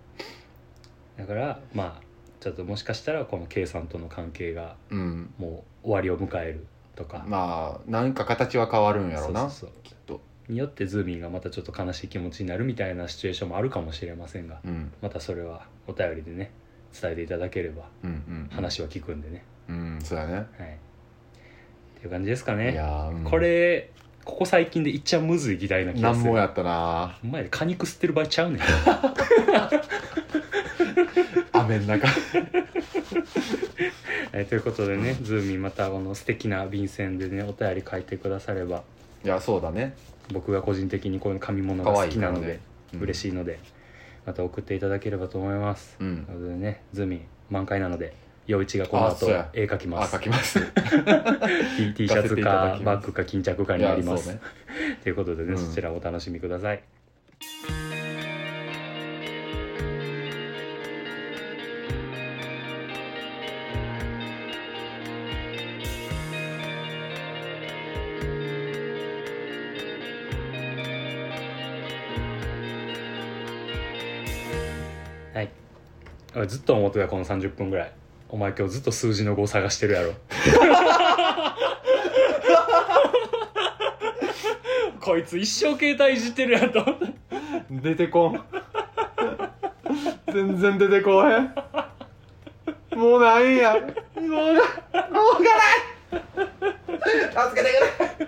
B: だからまあちょっともしかしたらこの K さんとの関係が
A: うん
B: もう終わりを迎えるとか、
A: まあなんか形は変わるんやろうな
B: そうそうそう
A: きっと
B: によってズーミンがまたちょっと悲しい気持ちになるみたいなシチュエーションもあるかもしれませんが
A: うん
B: またそれはお便りでね伝えていただければ
A: うんうん
B: 話は聞くんでね、
A: うんそうやね
B: はいっていう感じですかね
A: いやー、うん
B: これここ最近でいっちゃむずい議題な気が
A: 難
B: する
A: 問やった な
B: お前ら果肉吸ってる場合ちゃうねん
A: 雨の中
B: えーということでねズーミンまたこの素敵な便箋でねお便り書いてくだされば
A: いやそうだね
B: 僕が個人的にこういう紙物が
A: 可
B: 好
A: 愛い
B: きなの
A: 感じ
B: で
A: でうん
B: 嬉しいのでまた送っていただければと思います、
A: うん
B: なのでねズーミン満開なので陽一がこの
A: あそ
B: 後
A: うや
B: 絵描きま
A: あ
B: す
A: 書きます
B: T, T シャ
A: 行か
B: ツ
A: せていただ
B: か
A: きます
B: バッグか巾着かになります、
A: いやそうね
B: ということでね、
A: うん
B: そちらお楽しみくださいはい俺ずっと思ってたこの30分ぐらいお前今日ずっと数字の5探してるやろ こいつ一生携帯いじってるやんと思った
A: 出てこん全然出てこへんもうないんやもうなもうがない助けてく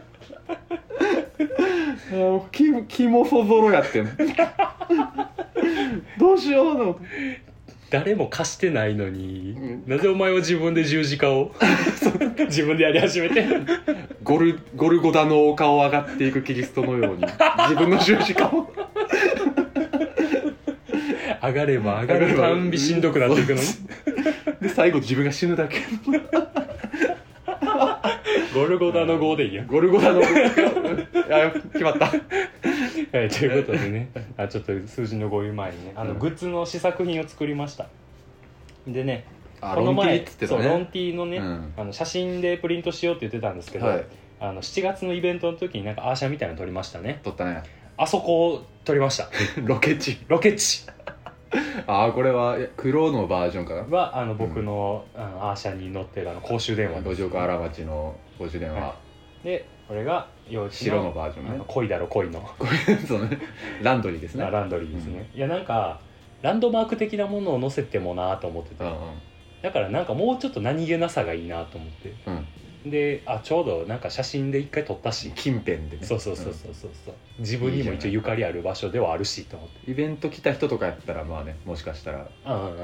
A: れもうキモキモそぞろやってんどうしようと思って
B: 誰も貸してないのに、
A: うん
B: なぜお前は自分で十字架 をそう自分でやり始めて
A: ゴルゴルゴダの丘を上がっていくキリストのように自分の十字架を
B: 上がれば上がるたんびしんどくなっていくのに
A: で最後自分が死ぬだけ
B: ゴルゴダの5でいいや、
A: ゴルゴダの丘あ決まった
B: はい、ということでねあちょっと数字の5言う前にねあの、
A: うん
B: グッズの試作品を作りましたでね
A: あ
B: この前
A: ロンティーっつってた
B: そう
A: ね
B: ロンティーのね、
A: うん
B: あの写真でプリントしようって言ってたんですけど、
A: はい
B: あの7月のイベントの時になんかアーシャみたいなの撮りましたね
A: 撮ったね
B: あそこを撮りました
A: ロケ地
B: ロケ地
A: ああこれは黒のバージョンかな
B: はあの僕の,、あのアーシャに乗ってるあの公衆電話
A: 五条河原町の五十電
B: は
A: 話
B: でこれが幼稚
A: 白のバージョンね
B: 恋だろ恋の
A: これそうねランドリーですね
B: ランドリーですね、いやなんかランドマーク的なものを載せてもなと思ってて、
A: うんうん
B: だからなんかもうちょっと何気なさがいいなと思って
A: うん
B: であちょうどなんか写真で一回撮ったし
A: 近辺でね
B: そうそうそうそうそうそう自分にも一応ゆかりある場所ではあるしと思って
A: うんイベント来た人とかやったらまあねもしかしたら
B: うんうんうん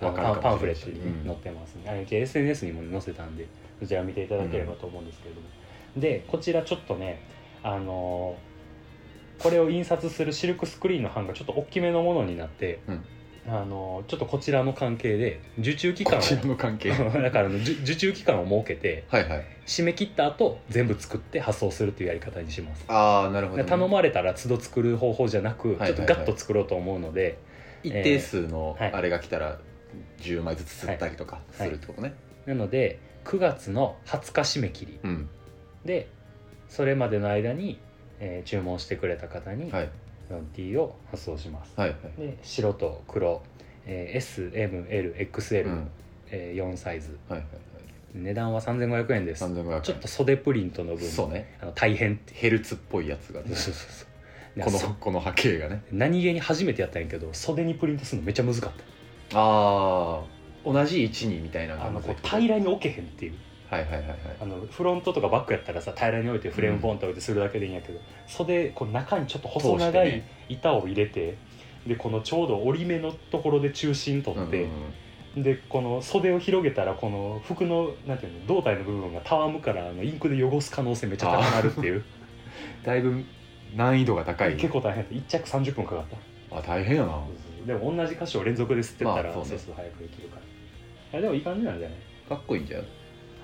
B: あの
A: わかるか
B: パ
A: も
B: ンパン
A: し
B: フレ
A: れな
B: ッ
A: いし
B: トにね
A: うん
B: 載ってますね、あれ SNS にも載せたんでそちら見ていただければと思うんですけれども、でこちらちょっとねあのーこれを印刷するシルクスクリーンの版がちょっと大きめのものになって、
A: うん
B: あのーちょっとこちらの関係で受注期
A: こ
B: 間
A: ちら
B: を
A: の関係はい
B: だからあの受受注期間を設けて
A: はい
B: 締め切った後全部作って発送するというやり方にします
A: ああなるほど
B: で
A: ね
B: 頼まれたら都度作る方法じゃなく、
A: はいはいはい
B: ちょっとガッと作ろうと思うので
A: 一定数の
B: えーはい
A: あれが来たら10枚ずつ釣ったりとかするってことね
B: なので9月の20日締め切り
A: うん
B: でそれまでの間に、えー注文してくれた方に
A: はい
B: ロンティーを発送します、
A: はいはい
B: で白と黒、えー SMLXL、
A: うん
B: えー4サイズ
A: はいはいはい
B: 値段は3500円です
A: 3500円
B: ちょっと袖プリントの分
A: そうね
B: あの大変って
A: ヘルツっぽいやつが
B: そう
A: ね
B: そうそうで
A: この
B: そう
A: この波形がね
B: 何気に初めてやったんやけど袖にプリントするのめっちゃ難かっ
A: ああ同じ位置にみたいな
B: たあの
A: の
B: こ
A: が
B: う平らに置けへんっていう
A: はいはいはいはい
B: あのフロントとかバックやったらさ平らに置いてフレームボンって置いてするだけでいいんやけど、袖こう中にちょっと細長
A: 通して
B: い
A: ね
B: 板を入れてでこのちょうど折り目のところで中心取って、
A: うんうんうん
B: でこの袖を広げたらこの服のなんていうの胴体の部分がたわむからあのインクで汚す可能性めっちゃ高まるっていう
A: だいぶ難易度が高い
B: 結構大変1着30分かかった
A: あ大変やな
B: でも同じ箇所を連続で吸ってった
A: ま
B: ら、
A: あそうね
B: そうそう早くできるからいやでもいい感じなんじゃない
A: かっこいいんじゃん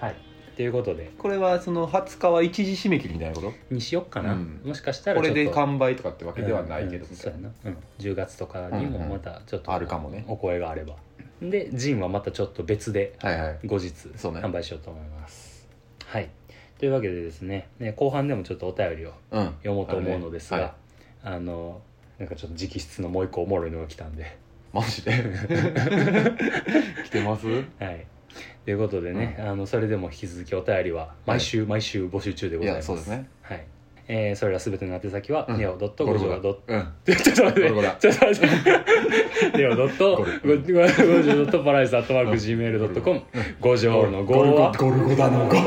B: はいということで
A: これはその20日は一時締め切りみたいなこと
B: にしよっかな、
A: うん
B: もしかしたら
A: こ
B: ちょ
A: れ
B: っと
A: で完売とかってわけではないけ
B: う
A: ど
B: んうん
A: み
B: そ
A: た
B: う
A: い
B: や
A: な
B: な、うん10月とかにもまたちょっと、
A: あるかもね
B: お声があればでジンはまたちょっと別で
A: はいはい
B: 後日
A: そうね
B: 販売しようと思います、はいというわけでですねね後半でもちょっとお便りを
A: うん
B: 読もうと思うのですがあ,、
A: はい
B: のなんかちょっと直筆のもう一個おもろいのが来たんで
A: マジで 来てますい
B: はいということでね、
A: うん
B: あのそれでも引き続きお便りは毎週、毎週募集中でございま
A: や
B: す
A: そうですね
B: はいえーそれらすべての宛先は、
A: うん
B: ネオドットゴジョドット
A: うん
B: ちょっと待って
A: ゴルゴだ
B: ちょっと待ってネオドット
A: ゴ
B: ゴ
A: ル
B: ジョドットパライスアットマーク Gmail.com ゴジョのゴーは
A: ゴルゴダのゴ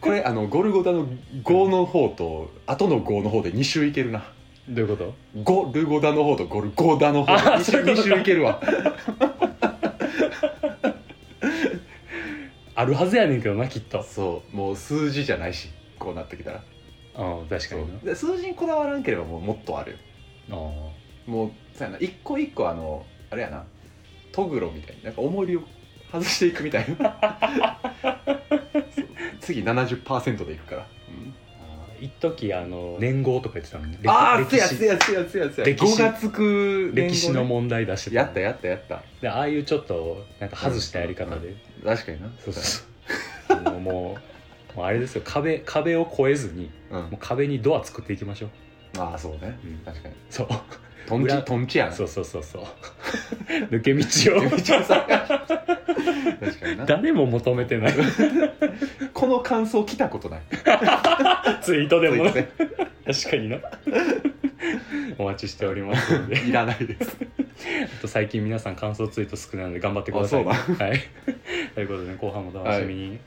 A: これあのゴルゴダのゴの方と後のゴの方で2周いけるな
B: どういうこと
A: ゴルゴダの方とゴルゴダの方
B: あー
A: で
B: そういうこと
A: 2, 周いけるわ
B: あるはずやねんけどなきっと
A: そうもう数字じゃないしこうなってきたら
B: うん確か
A: そう
B: にな
A: で数字にこだわらんければもうもっとあるよ
B: あ
A: もうそうやな一個一個あのあれやなトグロみたいになんか重りを外していくみたいな そう次70%でいくから、
B: ーあー一時あの年号とか言ってたのね歴
A: ああつ
B: 歴
A: や
B: 史
A: つやつやつやつや
B: 歴
A: 5
B: 史
A: がつく年号ね
B: 歴史の問題出して
A: やったやったやった
B: でああいうちょっとなんか外したやり方
A: うんう
B: で
A: 確かにな
B: そうそうもうもうもうあれですよ壁壁を越えずに
A: うん
B: もう壁にドア作っていきましょう
A: ああそうね、
B: うん
A: 確かに
B: そう
A: トン
B: 裏
A: チトンチやな
B: そうそうそうそう抜け道
A: め
B: を
A: ちゃめちゃ確かにな
B: 誰も求めてない
A: この感想来たことない
B: ツイートでも
A: すいま
B: 確かに なお待ちしておりますので
A: せんいらないです
B: ちょっと最近皆さん感想ツイート少ないので頑張ってください、
A: あ
B: はい、ということで、後半もお楽しみに、